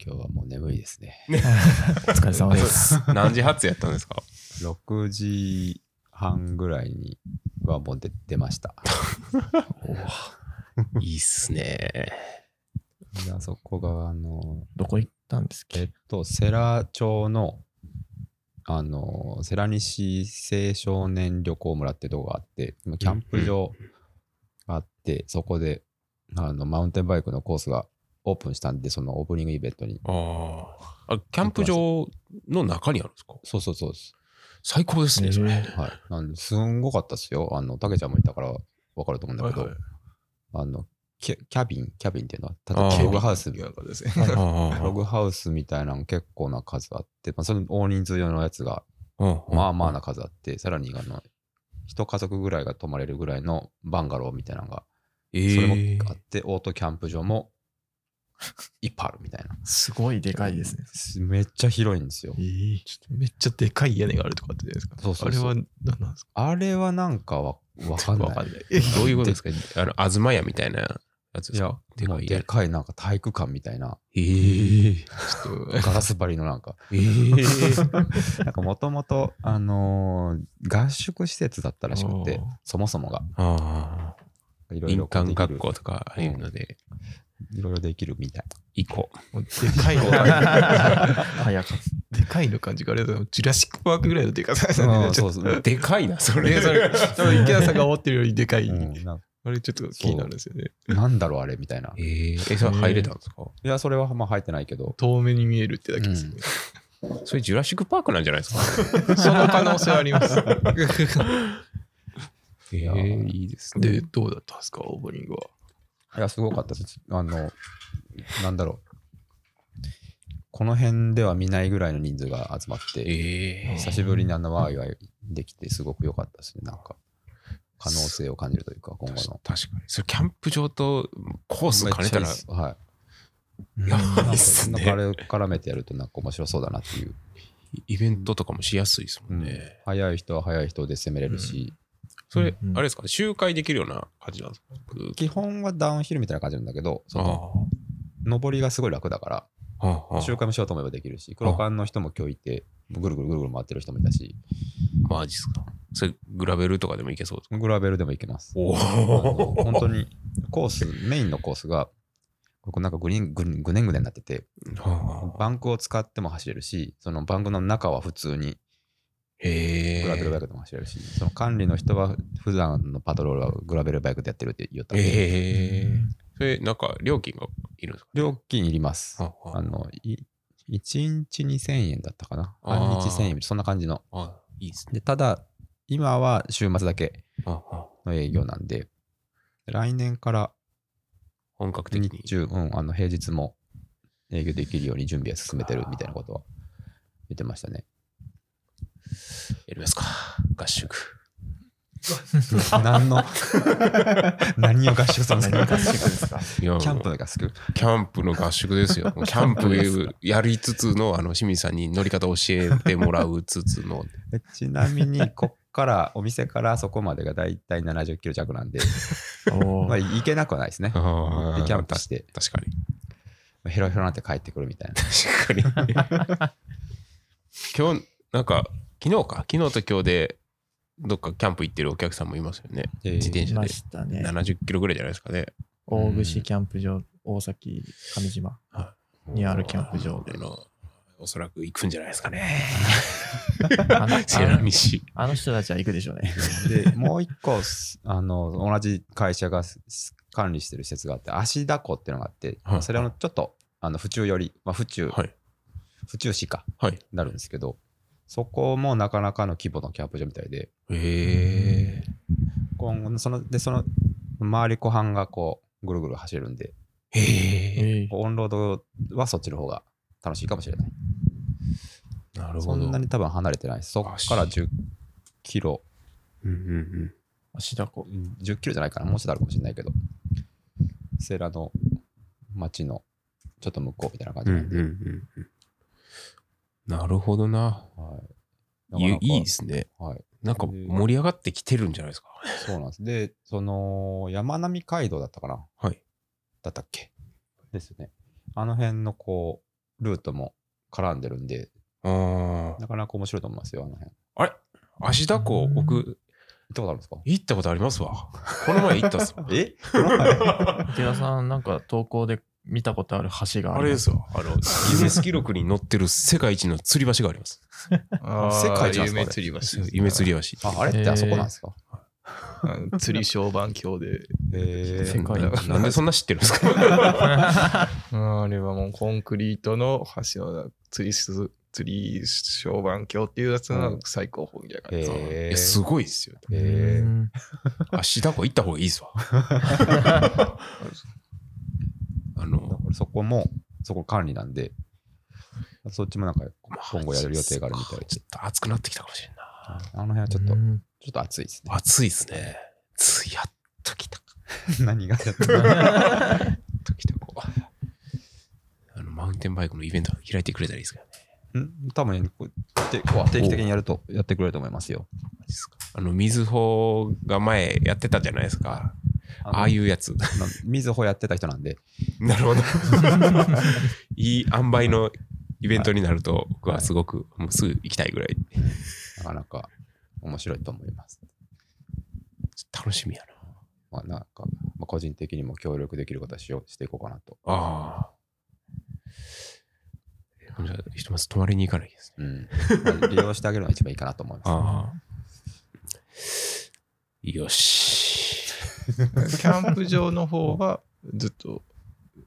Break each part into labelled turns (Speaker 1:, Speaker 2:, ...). Speaker 1: 今日はもう眠いですね。
Speaker 2: お疲れ様です。
Speaker 3: 何時発やったんですか
Speaker 1: 6時半ぐらいにはもう出出ま した。
Speaker 3: いいっすね。
Speaker 1: であそこが、あの、
Speaker 2: どこ行ったんですっ
Speaker 1: えっ
Speaker 2: け
Speaker 1: と、世羅町の、あの、世羅西青少年旅行村ってとこがあって、今キャンプ場があって、そこで、あの、マウンテンバイクのコースがオープンしたんで、そのオープニングイベントに。
Speaker 3: ああ。キャンプ場の中にあるんですか
Speaker 1: そうそうそうです。
Speaker 3: 最高ですね、それ。
Speaker 2: えー
Speaker 1: はい。なんで、すんごかったですよ。あの、たけちゃんもいたからわかると思うんだけど、あの、キャキャビン、キャビンっていうのは、例
Speaker 3: あ
Speaker 1: え
Speaker 3: ー
Speaker 1: ばログハウス、
Speaker 4: かですね。
Speaker 3: あ あ
Speaker 1: ログハウスみたいなの結構な数あって、まあ、その大人数用のやつが、まあまあな数あって、さらに、あの、一家族ぐらいが泊まれるぐらいのバンガローみたいなのが、
Speaker 3: え
Speaker 1: それも
Speaker 3: え
Speaker 1: あって、オートキャンプ場もいっぱいあるみたいな。
Speaker 2: すごいでかいですね。
Speaker 1: すめっちゃ広いんですよ。
Speaker 4: ちょっとめっちゃでかい屋根があるとかってじゃないですか。
Speaker 1: そうそうそう
Speaker 4: あれは何なんですか
Speaker 1: あれはなんかわわかん
Speaker 4: わ
Speaker 1: な
Speaker 4: か
Speaker 1: い。
Speaker 4: んない。
Speaker 3: どういうことですかあの、東屋みたいなやつで
Speaker 1: い
Speaker 3: す
Speaker 1: や
Speaker 3: か、で
Speaker 1: も
Speaker 3: か
Speaker 1: う
Speaker 3: い
Speaker 1: で
Speaker 3: や
Speaker 1: かいなんか体育館みたいな、
Speaker 3: ええ
Speaker 4: ちょっと、
Speaker 1: ガラス張りのなんか、
Speaker 3: ええ
Speaker 1: なんかもともと、あのー合宿施設だったらしくて
Speaker 2: おー、
Speaker 1: そもそもが。
Speaker 3: ああ。
Speaker 1: いろい
Speaker 3: 林
Speaker 1: ろこう
Speaker 3: 間
Speaker 1: でき
Speaker 3: 学
Speaker 1: る。
Speaker 3: 校とか、ああいうので、
Speaker 1: いろいろできるみたい。
Speaker 3: 行こ
Speaker 4: もうでかいの
Speaker 2: 早かっ
Speaker 4: でかいの感じがあれだけど、ジュラシックパークぐらいのでかさです
Speaker 1: あ
Speaker 4: ね。
Speaker 1: ー
Speaker 4: ち
Speaker 1: そ
Speaker 4: ょ
Speaker 1: う
Speaker 4: っ
Speaker 1: そ
Speaker 4: と。
Speaker 1: う
Speaker 3: う。。でかいな、そ
Speaker 4: ね
Speaker 3: れ。
Speaker 4: それ、それ池田さんが思ってるよりでかい。
Speaker 1: うんな
Speaker 4: あれちょっと気になるんですよね。
Speaker 1: なんだろうあれみたいな。
Speaker 3: えええ、それ入れたんですか
Speaker 1: いや、それはまあ入ってないけど、
Speaker 4: 遠目に見えるってだけですね。
Speaker 3: それジュラシックパークなんじゃないですか
Speaker 4: その可能性はあります。
Speaker 3: え
Speaker 1: や
Speaker 3: えいいですね。
Speaker 4: で、どうだったんですか、オープニングは。
Speaker 1: いや、すごかったです。あの、なんだろう。この辺では見ないぐらいの人数が集まって、
Speaker 3: ええ
Speaker 1: 久しぶりにあのワイワイできて、すごく良かったですね。なんか、可能性を感じるというか、今後の。
Speaker 3: 確かに。それキャンプ場とコース兼ねた
Speaker 1: めっちゃいいっ
Speaker 3: ら
Speaker 1: すはい。
Speaker 3: やばいっ
Speaker 1: そ
Speaker 3: す
Speaker 1: んな
Speaker 3: ね
Speaker 1: んかあれを絡めてやるとなんか面白そうだなっていう。
Speaker 3: イベントとかもしやすいですもんね。
Speaker 1: 早い人は早い人で攻めれるし、
Speaker 3: それ、
Speaker 2: うんうん
Speaker 3: あれですか、周回できるような感じなんですか
Speaker 1: 基本はダウンヒルみたいな感じなんだけど、その
Speaker 3: あ
Speaker 1: 上りがすごい楽だか
Speaker 3: あああ
Speaker 1: ら、周回もしようと思えばできるし、黒缶の人も今日いて、ぐるぐるぐるぐる回ってる人もいたし、
Speaker 3: マジっすか。それ、グラベルとかでもいけそうですか
Speaker 1: グラベルでも行けます。
Speaker 3: お
Speaker 1: あの
Speaker 3: お。
Speaker 1: 本当にコース、メインのコースが、ここなんかグリーンぐぐねんぐねになってて、
Speaker 3: はあ
Speaker 1: バンクを使っても走れるし、そのバンクの中は普通に
Speaker 3: へえ。
Speaker 1: グラベルバイクでも走れるし、その管理の人は普段のパトロールはグラベルバイクでやってるって言ったんで、
Speaker 3: ええ。それ、なんか、料金がいるんですか
Speaker 1: 料金いります。
Speaker 3: はあ
Speaker 1: あの、い1日2000円だったかな。
Speaker 3: あー
Speaker 1: 半日1000円、そんな感じの。
Speaker 3: ああいいですね。
Speaker 1: で、ただ、今は週末だけ
Speaker 3: はあはあ
Speaker 1: の営業なんで、来年から
Speaker 3: 本格的
Speaker 1: 日
Speaker 3: に。
Speaker 1: 中、うん、あの平日も営業できるように準備は進めてるみたいなことは言ってましたね。
Speaker 3: やりますか。合宿。
Speaker 1: 何の、何を合宿す
Speaker 2: た。
Speaker 1: るんですか
Speaker 2: ですか
Speaker 3: いや
Speaker 1: キャンプの合宿
Speaker 3: キャンプの合宿ですよ。もうキャンプやりつつの、あの、清水さんに乗り方教えてもらうつつの。
Speaker 1: えちなみ に、こっから、お店からそこまでがだいたい70キロ弱なんで、
Speaker 2: お
Speaker 1: まあ、
Speaker 2: ー
Speaker 1: 行けなくはないですね。で
Speaker 3: ああ
Speaker 1: キャンプして、
Speaker 3: 確かに。
Speaker 1: ヘロヘロになって帰ってくるみたいな。
Speaker 3: 確かに。今日、なんか、昨日か、昨日と今日で、どっかキャンプ行ってるお客さんもいますよね。
Speaker 1: えー
Speaker 3: 自転
Speaker 2: い
Speaker 3: 車
Speaker 2: ま
Speaker 3: で。
Speaker 2: したね。
Speaker 3: 70キロぐらいじゃないですかね。
Speaker 2: 大串キャンプ場、大崎上島
Speaker 3: は
Speaker 2: にあるキャンプ場。
Speaker 3: あの、おそらく行くんじゃないですかね。
Speaker 2: あの
Speaker 3: 知ら
Speaker 2: あ
Speaker 3: ん
Speaker 2: の
Speaker 3: し。
Speaker 2: あの人たちは行くでしょうね。
Speaker 1: で、もう一個、すあの、同じ会社がす管理してる施設があって、芦田湖っていうのがあって、
Speaker 3: はい
Speaker 1: それのちょっと、あの、府中より、まあ、府中、
Speaker 3: はい。
Speaker 1: 府中市か、
Speaker 3: はい。
Speaker 1: なるんですけど、そこもなかなかの規模のキャンプ場みたいで、
Speaker 3: え
Speaker 1: 今後の、その、で、その、周り湖畔がこう、ぐるぐる走るんで、
Speaker 3: え。え
Speaker 2: え
Speaker 1: オンロードはそっちの方が楽しいかもしれない。
Speaker 3: え。なる
Speaker 1: そ
Speaker 3: ほど。
Speaker 1: んなに多分離れてないです。そこから10キロ、
Speaker 3: うんうんうん。
Speaker 2: 芦田湖。
Speaker 1: 10キロじゃないかな、もうちょっとあるかもしれないけど、セラの町のちょっと向こうみたいな感じなんで、
Speaker 3: んうん。なるほどな。
Speaker 1: はい。
Speaker 3: い
Speaker 1: なかなか
Speaker 3: いいですね。
Speaker 1: はい。
Speaker 3: なんか盛り上がってきてるんじゃないですか。
Speaker 1: そうなんです。で、その、山並街道だったかな
Speaker 3: はい。
Speaker 1: だったっけですよね。あの辺のこう、ルートも絡んでるんで、
Speaker 3: あー
Speaker 1: なかなか面白いと思いますよ、あの辺。行
Speaker 3: あれ芦田湖、僕、
Speaker 1: ったことあるんですか。
Speaker 3: 行ったことありますわ。この前行ったっす わ
Speaker 1: え
Speaker 2: 池田さん、なんか投稿で見たことある橋があ
Speaker 3: あ
Speaker 2: る。
Speaker 3: れですわ。あの、ギネス記録に載ってる世界一の吊り橋があります。
Speaker 1: 世界一なんすか
Speaker 4: 夢釣り橋。
Speaker 3: 夢吊り橋。
Speaker 1: ああれってあそこなんですか
Speaker 4: あの釣り小板橋で。
Speaker 1: へ
Speaker 2: 世界一
Speaker 3: なんでそんな知ってるんです か
Speaker 4: うんあれはもうコンクリートの橋の釣りす釣り小板橋っていうやつの最高峰みたいな感じです。
Speaker 1: え
Speaker 3: いやすごいですよ。
Speaker 2: う
Speaker 1: えー
Speaker 2: ん。
Speaker 3: 芦田湖行った方がい いですわ。あ
Speaker 1: だ
Speaker 3: の、
Speaker 1: からそこも、そこ管理なんで、そっちもなんか今後やる予定があるみたいで、
Speaker 3: ちょっと暑くなってきたかもしれんな。
Speaker 1: あの辺はちょっと、ちょっと暑いですね。
Speaker 3: 暑いですね。つやっときた。や
Speaker 1: 何がやった
Speaker 3: っときたこう。あの、マウンテンバイクのイベント開いてくれたらいいですけどね。
Speaker 1: ん 多分こうでこう定期的にやると、やってくれると思いますよ。。
Speaker 3: マジっすかあの、みずほが前やってたじゃないですか。ああいううや
Speaker 1: あ
Speaker 3: つ。
Speaker 1: のみずほやってた人なんで、
Speaker 3: なるほど。 いい塩梅のイベントになると、僕はすごく、もうすぐ行きたいぐらい。
Speaker 1: なかなか面白いと思います。
Speaker 3: 楽しみやな。
Speaker 1: まあ、なんか、まあ、個人的にも協力できることはしようしていこうかなと。
Speaker 3: ああ。じゃあ、ひとまず泊まりに行かないですね。
Speaker 1: うん。 まあ利用してあげるのが一番いいかなと思います。
Speaker 3: ああ。よし。
Speaker 4: キャンプ場の方はずっと。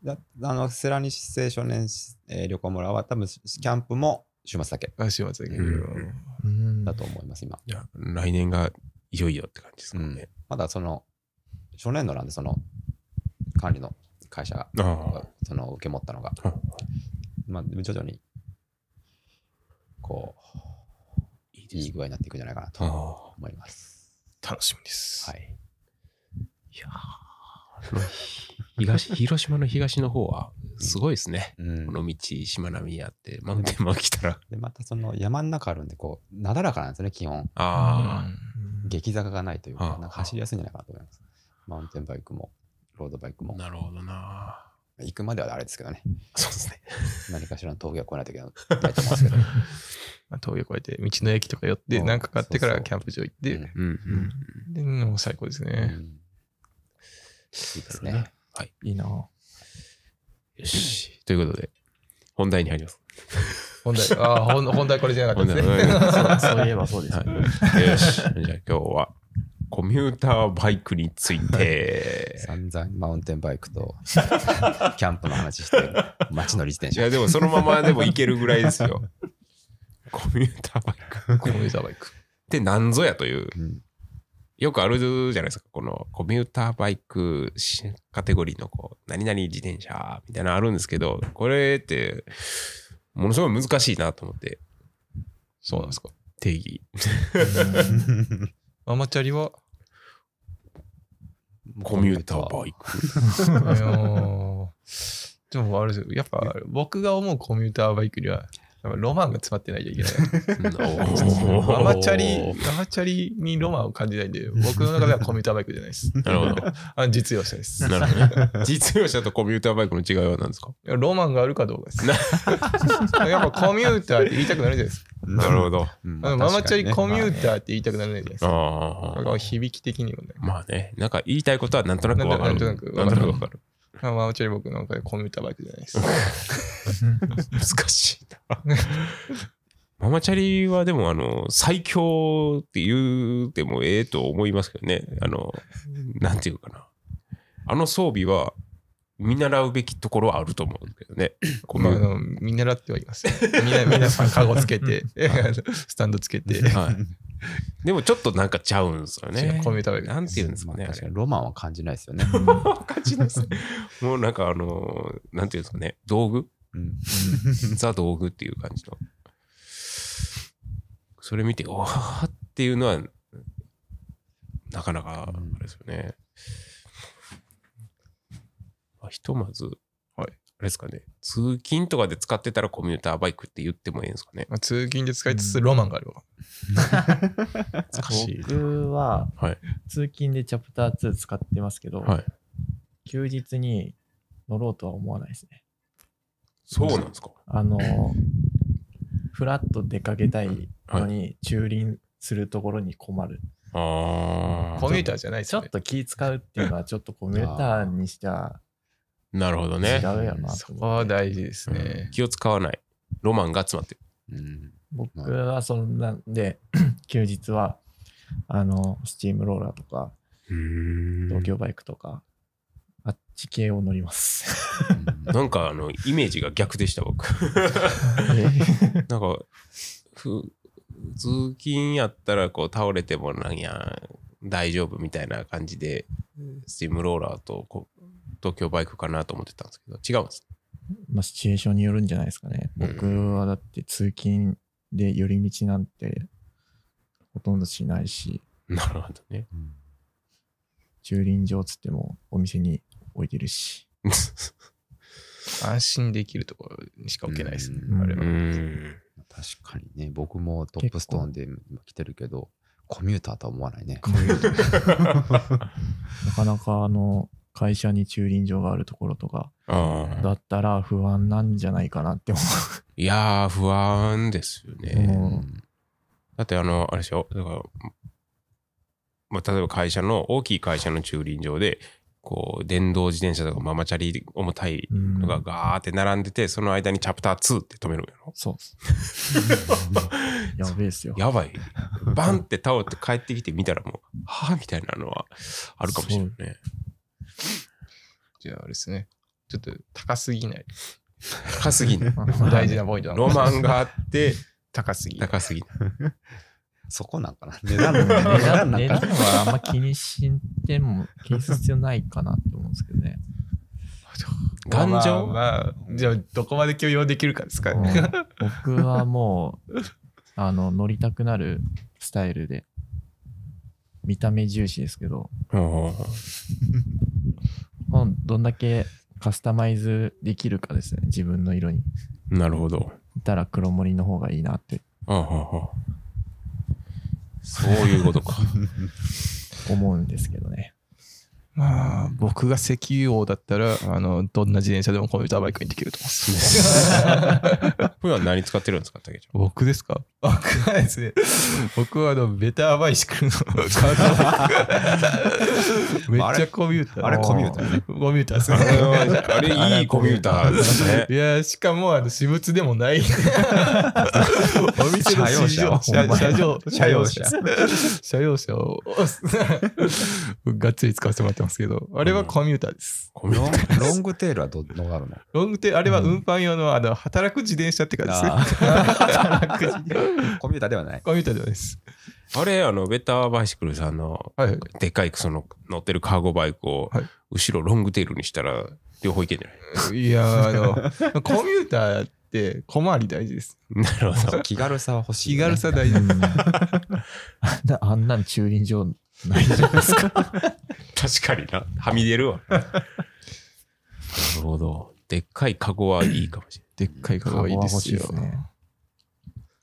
Speaker 1: だあの、セラニシ青少年、えー旅行村は多分、キャンプも週末だけ
Speaker 4: あ、すいませんけど。
Speaker 3: うん
Speaker 2: うん
Speaker 1: だと思います、今。
Speaker 3: じゃあ、来年がいよいよって感じですか
Speaker 1: うん
Speaker 3: ね。
Speaker 1: まだその、初年度なんで、その、管理の会社が、
Speaker 3: ああ。
Speaker 1: その、受け持ったのが、
Speaker 3: うん
Speaker 1: まあ、徐々に、こう、
Speaker 3: いいで
Speaker 1: い
Speaker 3: す
Speaker 1: い
Speaker 3: ね。
Speaker 1: 具合になっていくんじゃないかなと
Speaker 3: ああ。
Speaker 1: 思います。
Speaker 4: 楽しみです。
Speaker 1: はい。
Speaker 3: いやーあの東、広島の東の方は、すごいですね。
Speaker 1: うん
Speaker 3: この道、しまなみやって、マウンテンマーク来たら。
Speaker 1: で、またその山の中あるんで、こう、なだらかなんですね、基本。
Speaker 3: あ
Speaker 1: 激坂がないというか
Speaker 3: あ、
Speaker 1: なんか走りやすいんじゃないかなと思います。マウンテンバイクも、ロードバイク
Speaker 3: あ、
Speaker 1: も。
Speaker 3: なるほどな。
Speaker 1: 行くまではあれですけどね。
Speaker 3: そうですね。
Speaker 1: 何かしらの峠は越えないといけないと思うんですけ ど。
Speaker 4: まあ峠越えて、道の駅とか寄って、
Speaker 1: うん
Speaker 4: なんか買って
Speaker 1: そ
Speaker 4: か
Speaker 1: うそ
Speaker 4: ら
Speaker 1: う
Speaker 4: キャンプ場行っ
Speaker 1: うん
Speaker 4: て、
Speaker 3: うんうん。
Speaker 4: で、もう最高です
Speaker 1: うん
Speaker 4: ね。
Speaker 1: いいですね。
Speaker 3: はい。
Speaker 2: いいな。
Speaker 3: よし。ということで、本題に入ります。
Speaker 4: 本題、ああ、ほん本題 これじゃなかったですね。
Speaker 2: そうそういえばそ うですね。
Speaker 3: はい、よし。じゃあ今日は、コミューターバイクについて。
Speaker 1: 散々マウンテンバイクとキャンプの話して、街乗り自転
Speaker 3: い
Speaker 1: 車。
Speaker 3: や、でもそのままでもいけるぐらいですよ。コミューターバイクっ
Speaker 4: コミューターバイク。
Speaker 3: て何ぞやという。
Speaker 1: うん
Speaker 3: よくあるじゃないですか。このコミューターバイクしカテゴリーのこう、何々自転車みたいなのあるんですけど、これって、ものすごい難しいなと思って、
Speaker 4: そうなんですか。
Speaker 3: 定義。
Speaker 4: ママチャリは
Speaker 3: コミューターバイク。
Speaker 4: いやーでもあれですよ。やっぱ僕が思うコミューターバイクには、やっぱロマンが詰まってないといけない。
Speaker 3: うんおー
Speaker 4: ママチャリ、ママチャリにロマンを感じないんで、僕の中ではコミューターバイクじゃないです。
Speaker 3: なるほど。
Speaker 4: あ実用車です。
Speaker 3: なるほどね。実用車とコミューターバイクの違いは何ですか
Speaker 4: ロマンがあるかどうかです。やっぱコミューターって言いたくなるじゃないですか。
Speaker 3: なるほど。
Speaker 1: うんまあ
Speaker 4: ママチャリコミュ
Speaker 1: 確かにね
Speaker 4: ーターって言いたくなるじゃないですか。
Speaker 3: あ
Speaker 4: なん
Speaker 3: あ
Speaker 4: か。響き的にもね。
Speaker 3: まあね、なんか言いたいことはなんとなくわかる。
Speaker 4: なんとなく
Speaker 3: なんとなくわかる。
Speaker 4: ママチャリ僕の中でコミューターバイクじゃないです。
Speaker 3: 難しいな。 ママチャリはでも、あの、最強って言うてもええと思いますけどね。あの、なんていうかな。あの装備は見習うべきところはあると思うんですけど ね。こ
Speaker 4: まあ、あ
Speaker 3: の
Speaker 4: の見習ってはいますよ。みな皆さん、カゴつけて、 スタンドつけて、
Speaker 3: はい。でもちょっとなんかちゃうんですよね。
Speaker 4: コミューターバイク。
Speaker 3: なんていうんですか
Speaker 1: ま
Speaker 3: ね。
Speaker 1: あ
Speaker 3: あ
Speaker 1: 確か
Speaker 3: れ
Speaker 1: にロマンは感じないですよね。
Speaker 3: 感じです。 もうなんかあの、なんていうんですかね。道具
Speaker 1: うん
Speaker 3: ザ道具っていう感じの。それ見て、おーっていうのは、なかなか、あれですよね。まあ、ひとまず、
Speaker 4: はい
Speaker 3: あれですかね、通勤とかで使ってたらコミューターバイクって言ってもいいんですかね。
Speaker 4: まあ、通勤で使いつつロマンがあるわ。
Speaker 3: 難しい。
Speaker 2: 僕は
Speaker 3: はい。
Speaker 2: 通勤でチャプター2使ってますけど、
Speaker 3: はい。
Speaker 2: 休日に乗ろうとは思わないですね。
Speaker 3: そうなんですか。
Speaker 2: あの、フラッと出かけたいのに駐輪するところに困る。
Speaker 3: あ
Speaker 4: コミュ
Speaker 3: あ。
Speaker 4: ーターじゃないです
Speaker 2: ちょ
Speaker 4: よ
Speaker 2: っ
Speaker 4: ね。
Speaker 2: と気使うっていうのは、ちょっとコミューターにしては
Speaker 3: なるほど
Speaker 2: 違う
Speaker 3: ね。
Speaker 2: よなと
Speaker 4: そこ
Speaker 2: 思
Speaker 4: は
Speaker 2: って。
Speaker 4: 大事ですね。
Speaker 3: 気を使わない。ロマンが詰まってる。
Speaker 1: うん。
Speaker 2: 僕はそんなんで、 休日は、あの、スチームローラーとか、東京バイクとか、あっち系を乗ります。
Speaker 3: なんかあの、イメージが逆でした、僕。なんか、ふ通勤やったらこう倒れてもなんや、大丈夫みたいな感じで、スチームローラーとこう東京バイクかなと思ってたんですけど、違うんです。
Speaker 2: まあ、シチュエーションによるんじゃないですかね。
Speaker 3: うん
Speaker 2: 僕はだって通勤で寄り道なんてほとんどしないし、
Speaker 3: なるほどね。
Speaker 1: うん
Speaker 2: 駐輪場つってもお店に置いて るし。
Speaker 4: 安心できるところにしか置けないですね。
Speaker 1: うん
Speaker 4: あ れ
Speaker 3: う
Speaker 4: は。
Speaker 3: ん。
Speaker 1: 確かにね、僕もトップストーンで今来てるけど、コミューターとは思わないね。
Speaker 2: なかなかあの、会社に駐輪場があるところとか
Speaker 3: ああ。
Speaker 2: だったら不安なんじゃないかなって思
Speaker 3: いやー、不安ですよ
Speaker 2: う。
Speaker 3: ね。
Speaker 2: も
Speaker 3: だってあの、あれでしょ、だから、まあ、例えば会社の、大きい会社の駐輪場で、こう、電動自転車とかママチャリ重たいう
Speaker 2: うん
Speaker 3: のがガーって並んでて、その間にチャプター2って止めるんやろ。
Speaker 2: そうっ す。やべえっすよ。
Speaker 3: やばい。バンって倒って帰ってきて見たらもう、はぁみたいなのはあるかもしれないね。
Speaker 4: じゃああれですね。ちょっと高すぎない。
Speaker 3: 高すぎ ない。
Speaker 4: 大事なポイントなの
Speaker 3: ロマンがあって、
Speaker 4: 高すぎな い。
Speaker 3: 高すぎない。
Speaker 1: そこなんかな。値段
Speaker 2: 値
Speaker 1: なんかな。値段
Speaker 2: 段
Speaker 1: なん
Speaker 2: 値段
Speaker 1: かな。
Speaker 2: はあんま気にしても気にする必要ないかなって思うんですけどね。
Speaker 3: 頑丈
Speaker 4: まあまあ、じゃあどこまで許容できるかですかね。
Speaker 2: 僕はもうあの乗りたくなるスタイルで見た目重視ですけど
Speaker 3: うん
Speaker 2: もうどんだけカスタマイズできるかですね自分の色に
Speaker 3: なるほど。
Speaker 2: いたら黒森の方がいいなって
Speaker 3: うんうんうんそういうこと か。
Speaker 2: 思うんですけどね
Speaker 4: まあ、僕が石油王だったら、あの、どんな自転車でもコンピューターバイクにできると思うんです。
Speaker 3: 普段何使ってるんですか、竹ち
Speaker 4: 僕ですか僕はですね、僕はあの、ベターバイシクルの めっちゃコミューター。
Speaker 1: あれコミュータ
Speaker 4: ーね。コミューターです
Speaker 3: ゃん。
Speaker 4: ね。
Speaker 3: あれ、いいコミューターですね
Speaker 4: い。や、しかも、あの、私物で もない。お店の市場
Speaker 1: 車用車
Speaker 4: 車上、
Speaker 1: 車用車。
Speaker 4: 車用車を、 がっつり使わせてもらってますけど、あれはコミューターです。
Speaker 3: コミ
Speaker 1: ロ
Speaker 3: ュ
Speaker 1: ン
Speaker 3: ーター。
Speaker 1: ロングテールはどのがあるの
Speaker 4: ロングテールあれは運搬用の、あの、働く自転車って感じですね。
Speaker 1: あー コミューターではない。
Speaker 4: コミューターではないです。
Speaker 3: あれ、あの、ベターバイシクルさんの、
Speaker 4: はい。
Speaker 3: でっかい、その、乗ってるカーゴバイクを
Speaker 4: はい、
Speaker 3: 後ろロングテールにしたら、両方いけんじゃない
Speaker 4: いや、あ の、コミューターって小回り大事です。
Speaker 3: な るほ ど。
Speaker 1: 気軽さは欲しい
Speaker 4: 気
Speaker 1: よね、
Speaker 4: 軽さ 大事。
Speaker 2: あんなあんなん駐輪場ないじゃん
Speaker 3: 確かにな。はみ出るわ。なるほど。でっかいカゴはいいかもしれない。
Speaker 4: でっかいカゴはいいですよ
Speaker 2: カ。ゴは欲しいですね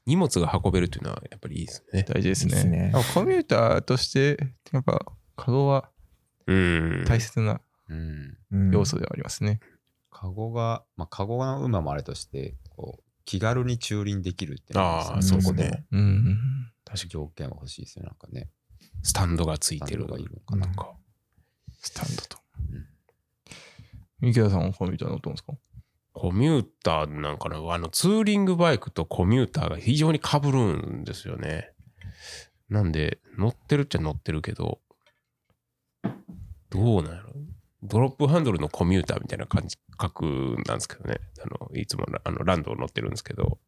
Speaker 3: 荷物が運べるっていうのは、やっぱりいいですね。
Speaker 4: 大事です
Speaker 2: いいです
Speaker 4: ね
Speaker 2: ね。
Speaker 4: でもコミューターとして、やっぱ、カゴは
Speaker 3: うん。
Speaker 4: 大切な
Speaker 1: うん。
Speaker 2: うん
Speaker 4: 要素ではありますね。
Speaker 1: カゴが、まあ、カゴの馬もあれとして、こう、気軽に駐輪できるっていうの
Speaker 3: あ
Speaker 1: がさ
Speaker 3: あ、そう
Speaker 2: っ
Speaker 3: です
Speaker 2: す
Speaker 3: ね。。
Speaker 4: うん。
Speaker 1: 確か条件は欲しいですよね。なんかね。
Speaker 3: スタンドがついてる
Speaker 1: スタンドがいるの
Speaker 3: か
Speaker 1: か
Speaker 3: な
Speaker 1: なん
Speaker 3: か。
Speaker 4: スタンドと。池田さんはコミューター乗ってますか
Speaker 3: コミューターなんかな、あのツーリングバイクとコミューターが非常に被るんですよね。なんで、乗ってるっちゃ乗ってるけど、どうなんやろドロップハンドルのコミューターみたいな感じ、格なんですけどね。あの、いつもラあのランドを乗ってるんですけど、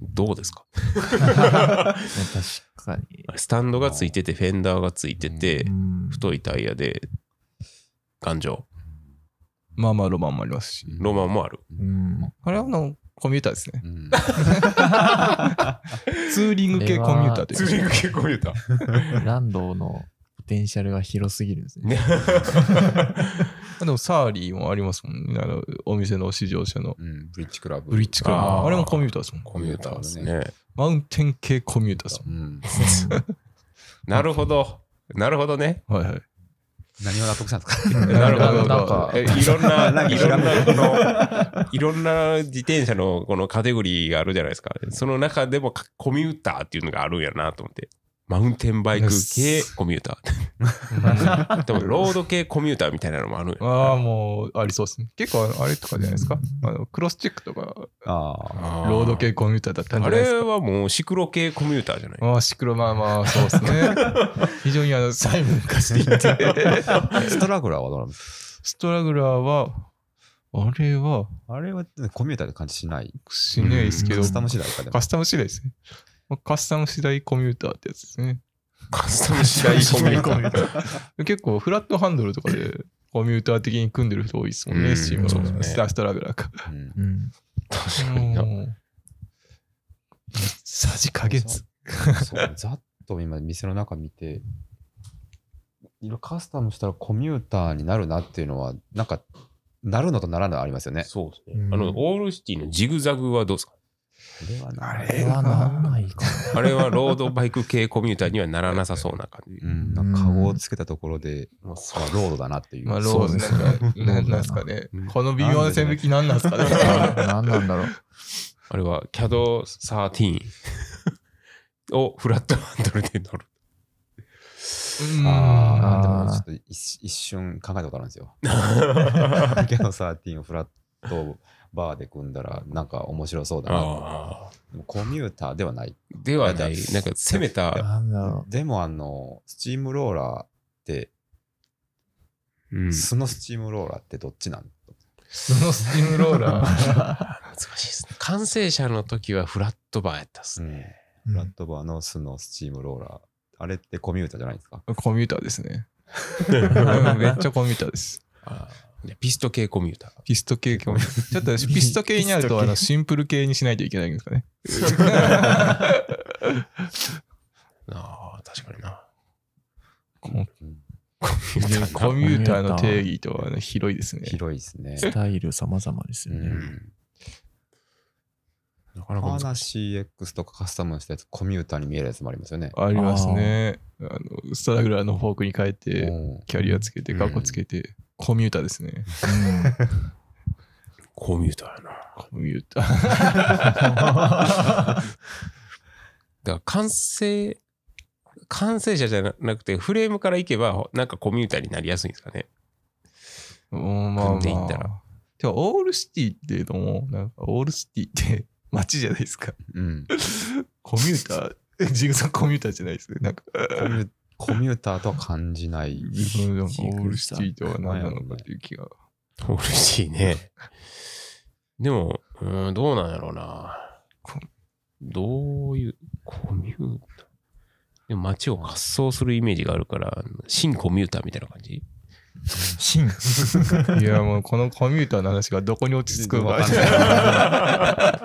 Speaker 3: どうですか
Speaker 2: 確かに、
Speaker 3: スタンドがついてて、フェンダーがついてて
Speaker 2: う、ん
Speaker 3: 太いタイヤで、頑丈。
Speaker 4: まあまあロマンもありますし。
Speaker 3: ロマンもある。
Speaker 2: うん
Speaker 4: あれはあの、コミューターですね。
Speaker 1: うん
Speaker 4: ツーリング系コミューターというか。
Speaker 3: ング系コミューター。
Speaker 2: ランドのポテンシャルが広すぎるんですね
Speaker 3: ね
Speaker 4: あでもサーリーもありますもんね。あの、お店の試乗車の。
Speaker 1: うん。ブリッジクラブ。
Speaker 4: ブリッジクラブ
Speaker 3: あー
Speaker 4: あれもコミューターですも ん。
Speaker 3: コミューターですね。
Speaker 4: マウンテン系コミューターです
Speaker 1: うん。
Speaker 3: なるほど。なるほどね。
Speaker 4: もん。はいはい。
Speaker 1: 何を納得したんですか
Speaker 3: なるほど。
Speaker 2: なんか
Speaker 3: えいろん
Speaker 1: な
Speaker 3: な、
Speaker 1: んか
Speaker 3: い
Speaker 1: ひ
Speaker 3: ろ
Speaker 1: ら
Speaker 3: ん
Speaker 1: め
Speaker 3: な、この、いろんな自転車のこのカテゴリーがあるじゃないですか。その中でもかコミューターっていうのがあるんやなと思って。マウンテンバイク系コミューター。でもロード系コミューターみたいなのもあるんや。
Speaker 4: ああ、もう、ありそうですね。結構、あれとかじゃないですか。あのクロスチェックとか、
Speaker 1: ああ。
Speaker 3: あー
Speaker 4: ロード系コミューターだったんじ
Speaker 3: あ
Speaker 4: ゃない
Speaker 3: れ
Speaker 4: ですか。
Speaker 3: はもうシクロ系コミューターじゃ ない。
Speaker 4: ああ、シクロ、まあまあ、そうですね。非常にあの、細分化していって。
Speaker 1: ストラグラーはどうなんです
Speaker 4: ストラグラーは、あれは、
Speaker 1: かあれはコミューターって感じしない。
Speaker 4: しないですけど、
Speaker 1: カスタム次第かでも
Speaker 4: カ。スタム次第ですね。まあカスタム次第コミューターってやつですね。
Speaker 3: カスタム次第コミューター。
Speaker 4: 結構フラットハンドルとかでコミューター的に組んでる人多いですもん
Speaker 3: う
Speaker 4: ね、
Speaker 3: ん
Speaker 4: スチーム
Speaker 3: そうですね
Speaker 4: のスターストラグラーか。
Speaker 1: うん
Speaker 2: うん。
Speaker 3: 確かにな。
Speaker 4: うんさじ加月。
Speaker 1: そうざっと今店の中見て色々カスタムしたらコミューターになるなっていうのはなんかなるのとならないのありますよね。
Speaker 3: そうです
Speaker 2: う
Speaker 3: ね。
Speaker 2: ん
Speaker 3: あの、オールシティのジグザグはどうですか
Speaker 1: それはな
Speaker 4: あ
Speaker 2: これはなんない か
Speaker 3: あれはロードバイク系コミューターにはならなさそうな感じ。
Speaker 1: うん、なんかカゴをつけたところで、まあ、ロードだなっていう。
Speaker 4: まあ、ローズなんか、
Speaker 2: うですね
Speaker 4: ななんですかね
Speaker 3: うん。
Speaker 4: この微妙な線引き何なんですかね。
Speaker 2: な。何なんだろう。
Speaker 3: あれは CAD13 をフラットハンドルで乗る。
Speaker 4: うん
Speaker 1: ああ、で
Speaker 2: あー
Speaker 1: もちょっと一一瞬考えたことあるんですよ。けど13をフラットバーで組んだらなんか面白そうだな。
Speaker 3: ああ。
Speaker 1: でもコミューターではない。
Speaker 3: ではない、なんか攻めた、
Speaker 2: なんだろ
Speaker 1: でもあの、スチームローラーって、
Speaker 3: うん
Speaker 1: 素のスチームローラーってどっちなん
Speaker 4: そのスチームローラー。
Speaker 3: 懐かしいですね。完成車の時はフラットバーやったっすね。
Speaker 2: う。
Speaker 1: フラットバーの素のスチームローラー。あれってコミューターじゃないですか。
Speaker 4: コミューターですね。うんめっちゃコミューターです。
Speaker 3: ああでピスト系コミューター。
Speaker 4: ピスト系コミューター。ちょっとピスト系になると、あの、シンプル系にしないといけないんですか ね。
Speaker 3: ああ、確かにな。
Speaker 1: うん
Speaker 4: コミューターの定義とは、ね、広いですね。
Speaker 1: 広いですね。
Speaker 2: スタイル様々です
Speaker 1: う
Speaker 2: よね。
Speaker 1: ん。
Speaker 3: なか
Speaker 1: パ
Speaker 3: なか難
Speaker 1: ーナ
Speaker 3: しい。
Speaker 1: CX とかカスタムしたやつ、コミューターに見えるやつもありますよね。
Speaker 4: ありますね。あのストラグラーのフォークに変えて、
Speaker 1: うん
Speaker 4: キャリアつけて、
Speaker 3: うん
Speaker 4: カッコつけて、コミューターですね。
Speaker 3: コミューターやな。だか
Speaker 4: コミューター。
Speaker 3: ら完成、完成車じゃなくて、フレームからいけば、なんかコミューターになりやすいんですかね。
Speaker 4: うんまあま
Speaker 3: 組んでいったら
Speaker 4: あ。てか、オールシティっていうのも、なんか、オールシティって街じゃないですか。
Speaker 1: うん。
Speaker 4: コミュー ター、ジグザグコミューターじゃないですね。なんか、
Speaker 1: コミュコミューターとは感じない。
Speaker 4: そのなんかオールシティとは何なのかっていう気が。
Speaker 3: 嬉しいね。でも、うーん、どうなんやろうな。こどういう、コミューターでも街を滑走するイメージがあるから、新コミューターみたいな感じ
Speaker 2: シン。
Speaker 4: いや、もうこのコミューターの話がどこに落ち着く
Speaker 1: わ
Speaker 4: か
Speaker 1: か。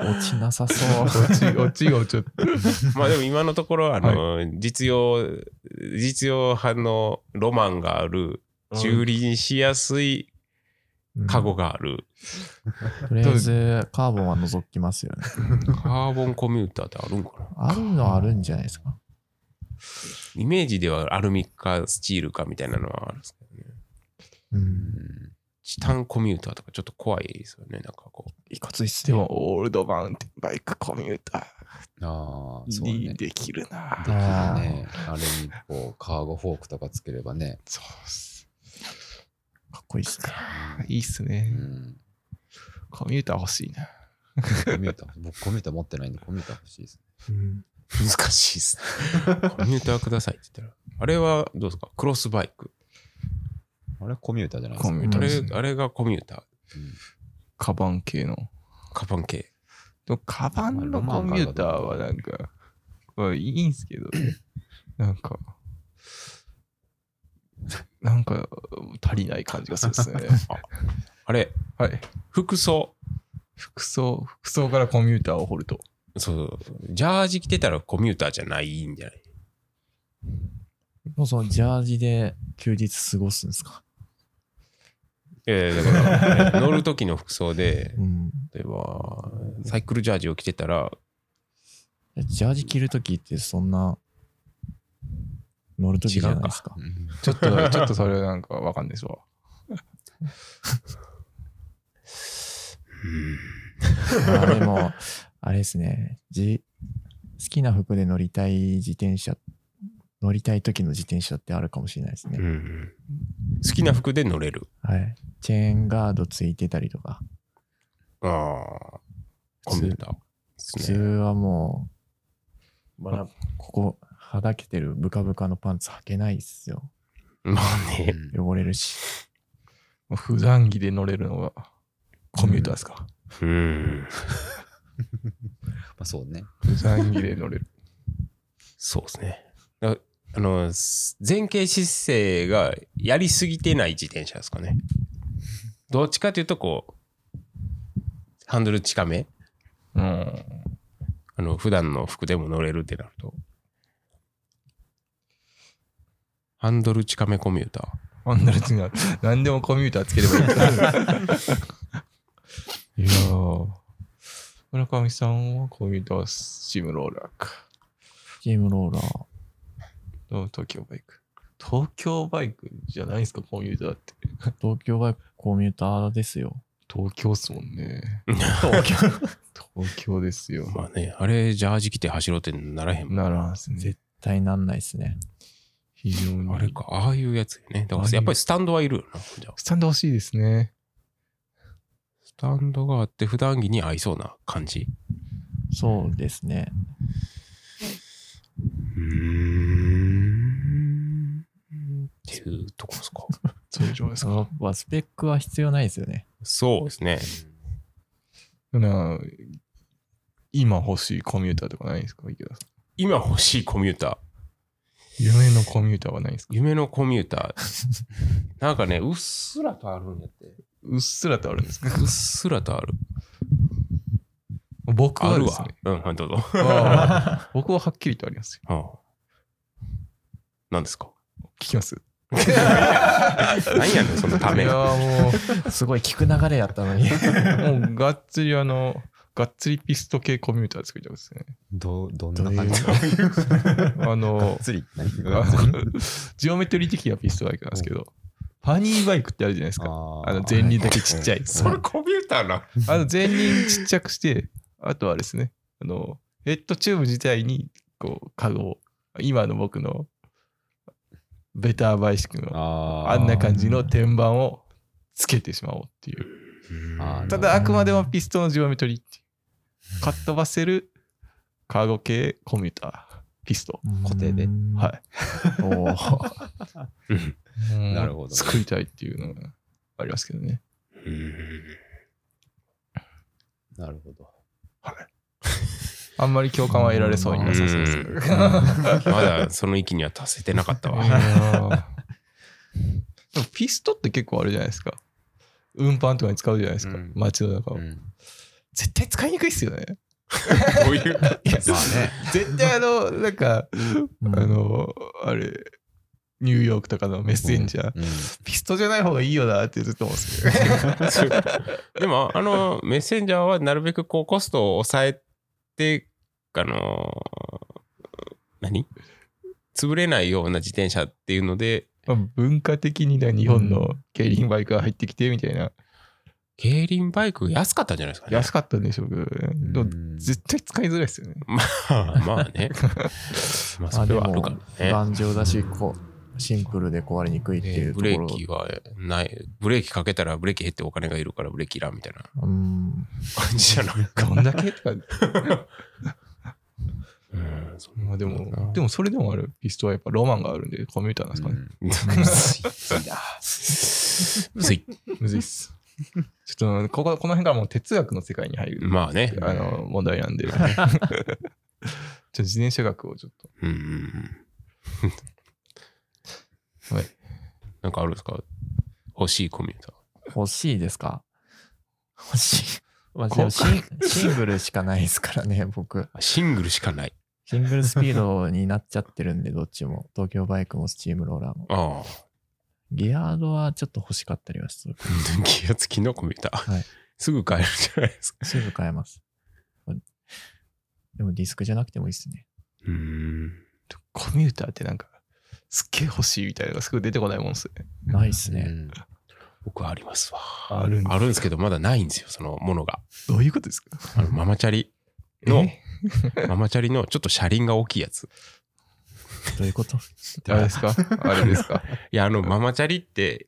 Speaker 1: んない
Speaker 2: 落ちなさ そう。
Speaker 4: 落ち、落ちがちょっと。
Speaker 3: まあでも今のところ、あの、実用、実用派のロマンがある、 修理にしやすいカゴがある、
Speaker 2: とりあえず、カーボンは除きますよね。
Speaker 3: カーボンコミューターってあるんかな
Speaker 2: あるのはあるんじゃないですか。
Speaker 3: イメージではアルミかスチールかみたいなのはあるんですけどね。
Speaker 2: う。
Speaker 1: うんん
Speaker 3: チタンコミューターとかちょっと怖いですよね、なんかこう。
Speaker 2: いかついっす
Speaker 4: で
Speaker 2: ね。
Speaker 4: も、オールドマウンテンバイクコミュータ
Speaker 1: ああ、
Speaker 4: ー
Speaker 1: そう
Speaker 4: に
Speaker 1: ね。
Speaker 4: できるな。
Speaker 1: できるね。あれにこう、カーゴフォークとかつければね。
Speaker 4: そうっす。
Speaker 2: かっこいいっすね。
Speaker 4: いいっす
Speaker 1: う
Speaker 4: ね。
Speaker 1: ん。
Speaker 4: コミューター欲しいな。
Speaker 1: コミューター、僕コミューター持ってないんで、コミューター欲しいです。
Speaker 3: 難しいっす ね。コミューターくださいって言ったら。あれはどうですかクロスバイク。
Speaker 1: あれはコミューターじゃないです
Speaker 4: コ
Speaker 1: か。
Speaker 4: ミュー
Speaker 3: あ
Speaker 4: ターで
Speaker 3: れ
Speaker 4: す、ね。
Speaker 3: あれがコミュータ
Speaker 4: カバン系の。
Speaker 3: ー。カバン系。
Speaker 4: でも、カバンのコミューターはなんか、まあいいん すけど、なんか、なんか足りない感じがするっす ね。
Speaker 3: あれ、
Speaker 4: はい。
Speaker 3: 服装。
Speaker 4: 服装、服装からコミューターを掘ると。
Speaker 3: そう。ジャージ着てたらコミューターじゃないんじゃない
Speaker 2: もうそのジャージで休日過ごすんですか。
Speaker 3: ええだから、乗る時の服装で、
Speaker 2: うん。
Speaker 3: 例えば、サイクルジャージを着てたら、
Speaker 2: ジャージ着るときってそんな、乗るときじゃないですか。
Speaker 1: うん
Speaker 4: ちょ っと、ちょっとそれなんかわかんないですわ。
Speaker 2: あーでも、あれですね、じ好きな服で乗りたい自転車、乗りたい時の自転車ってあるかもしれないですね。
Speaker 3: うん好きな服で乗れる。
Speaker 2: はい。チェーンガードついてたりとか、
Speaker 3: ああ。コンピューターです
Speaker 2: 普
Speaker 3: ね。
Speaker 2: 通はもう、まだここ、はだけてるブカブカのパンツ履けないっすよ。
Speaker 3: まあね。
Speaker 2: 汚れるし。
Speaker 4: もう普段着で乗れるのはコンピューターですか。
Speaker 3: うん。
Speaker 1: まあそうね。
Speaker 4: 普段着で乗れる。
Speaker 3: そうですね。だあの、前傾姿勢がやりすぎてない自転車ですかね。どっちかというと、こう、ハンドル近め。
Speaker 4: うん。
Speaker 3: あの、普段の服でも乗れるってなると。ハンドル近めコミューター。
Speaker 4: あんなやつが、何でもコンピューターつければいいから。いやー村上さんはコンピュータースチームローラーか。
Speaker 2: チームローラー。
Speaker 4: どう東京バイク。東京バイクじゃないですか、コンピューターって。
Speaker 2: 東京バイクコミューターですよ。
Speaker 4: 東京っすもんね。
Speaker 2: 東京
Speaker 4: 東京ですよ。
Speaker 3: まあね、あれ、ジャージ着て走ろうってならへんもん。
Speaker 4: ならんすね。
Speaker 2: 絶対なんないっすね。
Speaker 4: 非常に。
Speaker 3: あれか、ああいうやつよね。だか
Speaker 4: ああ
Speaker 3: ら
Speaker 4: いう
Speaker 3: やっぱりスタンドはいるよな。じゃあ
Speaker 4: スタンド欲しいですね。
Speaker 3: スタンドがあって、普段着に合いそうな感じ。
Speaker 2: そうですね。
Speaker 3: うん。っていうとこですか。
Speaker 4: 通常です
Speaker 2: そ
Speaker 4: か。
Speaker 2: の、まあスペックは必要ないですよね。
Speaker 3: そうですね。
Speaker 4: な今欲しいコンピューターとかないですか池田さん
Speaker 3: 今欲しいコミューター。
Speaker 4: 夢のコンピューターはないですか
Speaker 3: 夢のコミュー ター。なんかね、うっすらとあるんやって。
Speaker 4: うっすらとあるんですか
Speaker 3: うっすらとある。
Speaker 4: 僕
Speaker 3: あ
Speaker 4: は
Speaker 3: る
Speaker 4: です
Speaker 3: わ
Speaker 4: ね。
Speaker 3: うんはい、ど うぞ。
Speaker 4: ああ僕ははっきりとありますよ。
Speaker 3: 何ですか
Speaker 4: 聞きます
Speaker 3: 何やねん、そのため
Speaker 4: い。やも
Speaker 2: すごい聞く流れやったのに。
Speaker 4: う、もうがっつりあの、がっつりピスト系コンピューター作りたいですね。
Speaker 1: ど、どんな感じ
Speaker 2: ど
Speaker 4: あ
Speaker 1: がっ
Speaker 4: の、
Speaker 1: つり。何が
Speaker 4: あ
Speaker 1: っつり
Speaker 4: のジオメトリー的なピストバイクなんですけど、ファニーバイクってあるじゃないですか。
Speaker 1: あー
Speaker 4: あの、前輪だけちっちゃい。
Speaker 3: それコミューターな。
Speaker 4: あの前輪ちっちゃくして、あとはですね、あの、ヘッドチューブ自体に、こう、カゴを、今の僕の、ベターバイシクルの、
Speaker 1: あ
Speaker 4: あんな感じの天板をつけてしまおうっていう。
Speaker 1: あー
Speaker 4: ただ、あくまでもピストンのジオメトリーっていう。かっ飛ばせる、カゴ系コンピューター、ピスト
Speaker 1: 固定で。
Speaker 4: ン。はい。
Speaker 2: い。おー
Speaker 1: なるほど
Speaker 4: 作りたいっていうのがありますけどね。
Speaker 1: なるほど。
Speaker 4: あんまり共感は得られそうになさそうですけど。
Speaker 3: うん まだその域には達せてなかったわ。
Speaker 4: いやーでもピストって結構あれじゃないですか。運搬とかに使うじゃないですか。
Speaker 3: うん
Speaker 4: 街の中を、
Speaker 1: うん
Speaker 4: 絶対使いにくいっすよね。
Speaker 3: どういう。
Speaker 4: い
Speaker 1: まあね。
Speaker 4: や絶対あの、なんか、
Speaker 2: うん
Speaker 4: あの、あれ、ニューヨークとかのメッセンジャー、
Speaker 1: うん
Speaker 4: ピストじゃない方がいいよなってずっと思うんですけど。
Speaker 3: でも、あの、メッセンジャーはなるべくこうコストを抑えて、あの何潰れないような自転車っていうので、
Speaker 4: まあ文化的にね、日本の競輪バイクが入ってきてみたいな、
Speaker 3: 競輪バイク安かったんじゃないですかね。
Speaker 4: 安かったんでしょうけどね、でも
Speaker 1: うん
Speaker 4: 絶対使いづらいっすよね。
Speaker 3: まあね。まあ
Speaker 2: まあ
Speaker 3: それ
Speaker 2: でも
Speaker 3: はあるからね。
Speaker 2: 頑丈だし、こう、シンプルで壊れにくいってい
Speaker 3: で
Speaker 2: うと
Speaker 3: ブ
Speaker 2: こ
Speaker 3: レ
Speaker 2: ろ。
Speaker 3: ーキはない。ブレーキかけたらブレーキ減ってお金がいるからブレーキいらんみたいな
Speaker 2: うん。
Speaker 3: 感じじゃない。
Speaker 4: どんだけとか、
Speaker 3: うん、そん
Speaker 4: まあで
Speaker 3: そうだな
Speaker 4: も、でもそれでもあるピストはやっぱロマンがあるんで、コンピューターなんですかね。
Speaker 3: な。スイッチだ。 スイッチ
Speaker 4: むずいっす。 ちょっと、ここ、この辺からもう哲学の世界に入る、
Speaker 3: まあね。
Speaker 4: あの、問題なん で。ちょっと自転車学をちょっと。
Speaker 3: うんうんうん。
Speaker 4: はい。
Speaker 3: なんかあるんですか欲しいコミューター。
Speaker 2: 欲しいですか欲しい。まあでもシンシングルしかないですからね、僕。
Speaker 3: あシングルしかない。
Speaker 2: シングルスピードになっちゃってるんで、どっちも。東京バイクもスチームローラーも。
Speaker 3: ああ。
Speaker 2: ギアードはちょっと欲しかったりはする。
Speaker 3: 気圧きのコミューター。
Speaker 2: はい
Speaker 3: すぐ買えるじゃないですか。
Speaker 2: すぐ買えます。でもディスクじゃなくてもいいっすね。
Speaker 3: うん。
Speaker 4: コミューターってなんか、すっげえ欲しいみたいなのがすごい出てこないもんですね。
Speaker 2: ないっすね。
Speaker 1: ん
Speaker 3: 僕はありますわ。
Speaker 4: あるんだ
Speaker 3: あるんですけど、まだないんですよ、そのものが。
Speaker 4: どういうことですか
Speaker 3: あのママチャリの、
Speaker 4: え
Speaker 3: ママチャリのちょっと車輪が大きいやつ。
Speaker 2: どういうこと
Speaker 4: あれ ですかあれですか
Speaker 3: いや、あの、ママチャリって、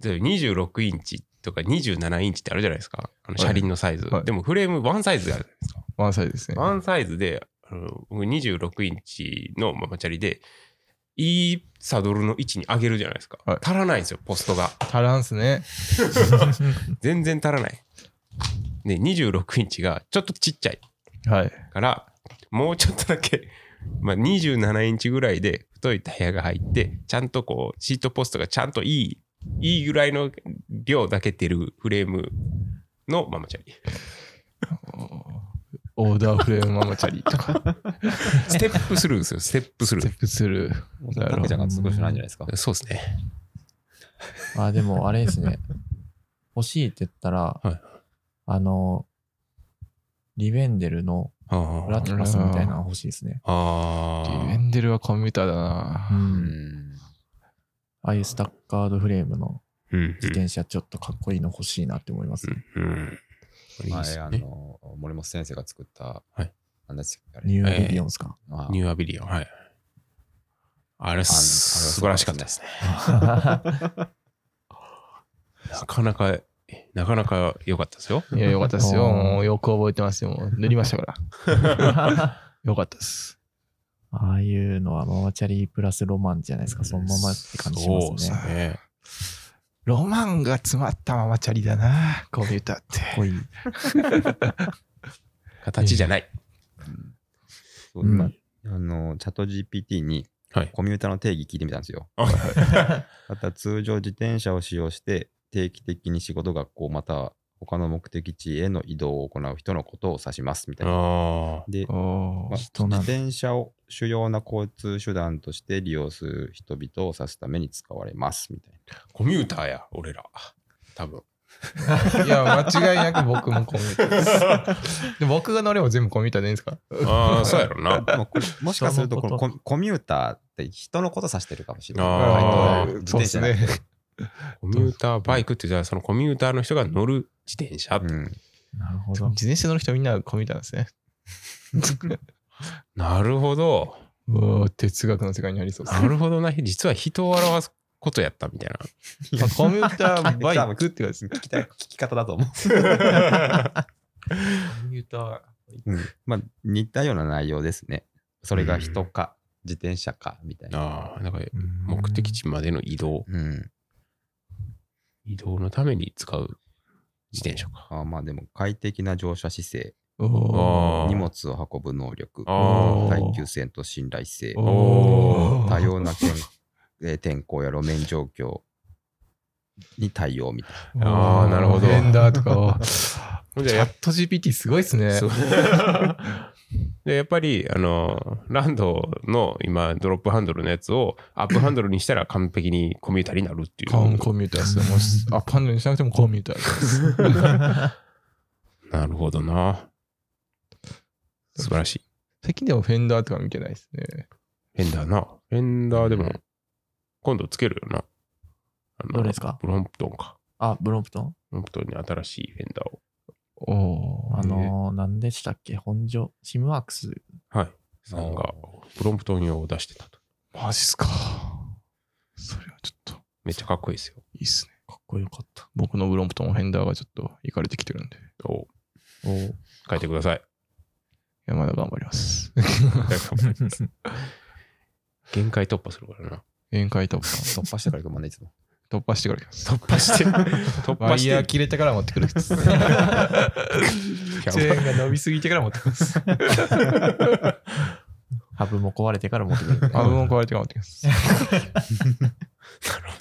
Speaker 3: で26インチとか27インチってあるじゃないですか。あの車輪のサイズ。
Speaker 4: はい
Speaker 3: でもフレームワンサイズがあるじゃないですか。
Speaker 4: ワンサイですね。
Speaker 3: ワンサイズで、あの僕26インチのママチャリで、いいサドルの位置に上げるじゃないですか。
Speaker 4: はい
Speaker 3: 足らないんですよ、ポストが。
Speaker 4: 足らんすね。
Speaker 3: 全然足らない。で、26インチがちょっとちっちゃい
Speaker 4: はい。
Speaker 3: から、もうちょっとだけ、 まあ、27インチぐらいで太いタイヤが入って、ちゃんとこう、シートポストがちゃんといい、いいぐらいの量だけ出るフレームのママチャリ。
Speaker 4: オーダーフレームママチャリと か、
Speaker 3: ステップスルー ですよ、ステップスル
Speaker 4: ステ
Speaker 3: ー。
Speaker 4: ップする。
Speaker 1: もうそれタケちゃんが作るしないんじゃないですか。
Speaker 3: そうですね。
Speaker 2: あ、でもあれですね。 欲しいって言ったら、
Speaker 3: はい
Speaker 2: あの、リベンデルの
Speaker 3: あ
Speaker 2: ラ
Speaker 3: ー
Speaker 2: ティパスみたいなの欲しいですね。
Speaker 3: あ
Speaker 4: リベ
Speaker 3: ー。
Speaker 4: ンデルはコンピューターだ
Speaker 2: う
Speaker 4: な。
Speaker 2: ん。ああいうスタッカードフレームの
Speaker 3: うん
Speaker 2: 自転車、ちょっとかっこいいの欲しいなって思います。
Speaker 3: うんうんいいっ
Speaker 1: 前、
Speaker 3: す
Speaker 1: あ
Speaker 3: ね
Speaker 1: の、森本先生が作った、
Speaker 3: はい
Speaker 1: なんだっけあれ
Speaker 2: ニューエビオンですか、
Speaker 1: まあ
Speaker 3: ニューアビリオン、はい。あれ、素晴らしかったですね。なかなか、なかなか良かったですよ。
Speaker 4: いや、よかったですよ。
Speaker 2: あー
Speaker 4: もうよく覚えてますよ。もう塗りましたから。よかったです。
Speaker 2: ああいうのはママチャリプラスロマンじゃないですか。そのままって感じします
Speaker 3: そう
Speaker 2: ね。
Speaker 3: です
Speaker 2: か
Speaker 3: ね。
Speaker 4: ロマンが詰まったママチャリだな、コンピューターって。
Speaker 2: っこいい。
Speaker 3: 形じゃない。
Speaker 1: そう
Speaker 2: うん
Speaker 1: 今、あの、チャット GPT に
Speaker 3: はい、
Speaker 1: コミューターの定義聞いてみたんですよ。
Speaker 3: はい
Speaker 1: また、通常自転車を使用して、定期的に仕事、学校、または他の目的地への移動を行う人のことを指します、みたいな。
Speaker 3: ああ。
Speaker 1: で、
Speaker 4: お
Speaker 1: まあ
Speaker 4: ー
Speaker 2: 人な
Speaker 1: 自
Speaker 2: んだ。
Speaker 1: 転車を主要な交通手段として利用する人々を指すために使われます、みたいな。
Speaker 3: コミューターや、俺ら。多分。
Speaker 4: いや、間違いなく僕もコンピューター です。で僕が乗れば全部コンピューターでいいんですか
Speaker 3: あ あ、そうやろな。
Speaker 1: でもこれもしかすると
Speaker 2: 人
Speaker 1: こ
Speaker 2: の
Speaker 1: の
Speaker 2: こ
Speaker 1: ココミューターって人のこと指してるかもしれない。
Speaker 3: あー
Speaker 1: はい自
Speaker 4: そう
Speaker 1: 転車
Speaker 4: です
Speaker 1: じゃなくて
Speaker 4: ね。
Speaker 3: コミューターバイクって、じゃあ、そのコミューターの人が乗る自転車。
Speaker 1: うん
Speaker 2: なるほ
Speaker 4: 自
Speaker 2: ど。
Speaker 4: 転車乗る人みんなコンピューター ですね。
Speaker 3: なるほど。
Speaker 4: うわー哲学の世界にあり そうです
Speaker 3: な
Speaker 4: ね。
Speaker 3: るほどな。実は人を表すことやったみたいな。
Speaker 4: まあコンピューター バイクって感じですね。
Speaker 1: 聞きたい聞 き方だと思う。
Speaker 4: コンピューター。
Speaker 1: うんまあ、似たような内容ですね。それが人か、自転車か、みたいな。
Speaker 3: ああ、なんか目的地までの移動、
Speaker 1: うん。
Speaker 3: 移動のために使う自転車か。
Speaker 1: あーまあでも、快適な乗車姿勢、
Speaker 3: あ
Speaker 4: お
Speaker 3: ー
Speaker 1: 荷物を運ぶ能力、
Speaker 3: あ
Speaker 4: ー
Speaker 1: 耐久性と信頼性
Speaker 4: ー。、
Speaker 3: お
Speaker 4: ー
Speaker 1: 多様な天 えー天候や路面状況に対応みたい
Speaker 3: あーなるほど
Speaker 4: フェンダーとかを。
Speaker 3: ほん
Speaker 4: チ
Speaker 3: じゃや
Speaker 4: ャット GPT すごいっす ね。
Speaker 3: そうでやっぱり、あの、ランドの今、ドロップハンドルのやつをアップハンドルにしたら完璧にコミューターになるってい
Speaker 4: カウン
Speaker 3: う。
Speaker 4: コンピューターですよ。もうすアップハンドルにしなくてもコンピューターです。
Speaker 3: なるほどな。素晴らしい。
Speaker 4: 最近でもフェンダーとか見てないですね。
Speaker 3: フェンダーな。フェンダーでも、今度つけるよな。あの
Speaker 2: どれですか
Speaker 3: ブロンプトンか。
Speaker 2: あ、ブロンプトン
Speaker 3: ブロンプトンに新しいフェンダーを。
Speaker 4: おおー。
Speaker 2: あのー、何でしたっけ本所、シムワークス。
Speaker 3: はい。さんが、ブロンプトン用を出してたと。
Speaker 4: えーマジっすか。それはちょっと、
Speaker 3: めっちゃかっこいいですよ。
Speaker 4: いいっすね。
Speaker 2: かっこよかった。
Speaker 4: 僕のブロンプトンフェンダーがちょっと、いかれてきてるんで。い
Speaker 3: お
Speaker 2: お
Speaker 3: 書いてください。
Speaker 4: や、まだ頑張ります。
Speaker 3: 限界突破するからな。
Speaker 4: 宴会突
Speaker 1: な。
Speaker 4: 破。
Speaker 1: 突破してから行くまでいつも。
Speaker 4: 突破してから来ます。
Speaker 3: 突破して、 突
Speaker 4: ワ
Speaker 3: 破
Speaker 4: イ
Speaker 3: し
Speaker 4: ヤー
Speaker 3: て、
Speaker 4: 切れてから持ってくる。チェーンが伸びすぎてから持ってくる。
Speaker 2: ハブも壊れてから持ってくる。
Speaker 4: アブも壊れてから持ってきます。
Speaker 3: なる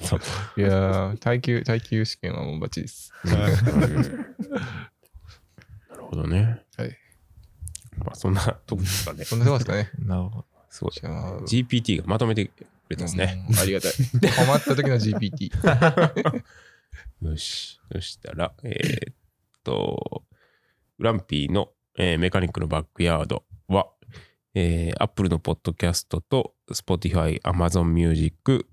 Speaker 3: ほど。
Speaker 4: いやー、耐久、耐久試験はもうバッチリです。
Speaker 3: なるほどね。
Speaker 4: はい。
Speaker 3: まあ、そんなとこですかね。
Speaker 4: そんなとこですかね。
Speaker 2: なるほ
Speaker 3: すごい。
Speaker 4: じゃあ
Speaker 3: GPT がまとめてくれたんですね。
Speaker 4: うん。ありがたい。困った時の GPT。
Speaker 3: よし。そしたら、えーっと、グランピーの、えーメカニックのバックヤードは、えー、Apple のポッドキャストと Spotify、Amazon Music、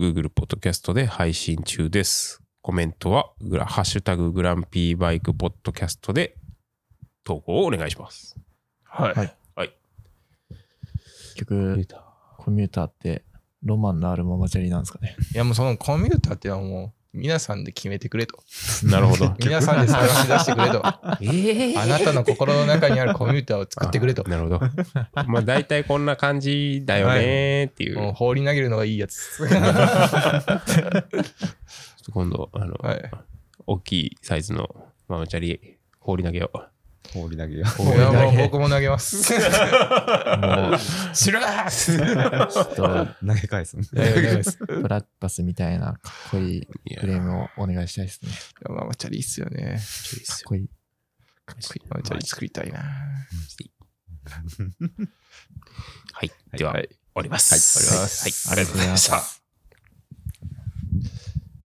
Speaker 3: Google ポッドキャストで配信中です。コメントは、グラハッシュタググランピーバイクポッドキャストで投稿をお願いします。
Speaker 4: はい。
Speaker 2: はい結局、コミューターってロマンのあるママチャリなんですかね。
Speaker 4: いやもうそのコンピューターってのはもう皆さんで決めてくれと。
Speaker 3: なるほ ど。
Speaker 4: 皆さんで探し出してくれと。あなたの心の中にあるコンピューターを作ってくれと
Speaker 3: あ。なるほど。まあ大体こんな感じだよねーっていう。
Speaker 4: もう放り投げるのがいいや つ。
Speaker 3: ちょっと今度、あの、
Speaker 4: はい
Speaker 3: 大きいサイズのママチャリ放り投げよう。
Speaker 1: 放り投げが。
Speaker 4: いや もう僕も投げ ます。
Speaker 3: 知ら ない
Speaker 2: ちょっと、
Speaker 1: 投げ返す。
Speaker 2: ブラッバスみたいなかっこいい
Speaker 3: いや
Speaker 2: フレームをお願いしたいですね。
Speaker 4: ママチャリいいっすよね。
Speaker 2: かっこいい。
Speaker 4: かっこいいママチャリ作りたいな。
Speaker 3: はい。では、
Speaker 4: はい
Speaker 3: 終わります。
Speaker 1: はい終わり
Speaker 3: はい。ありがとうございました。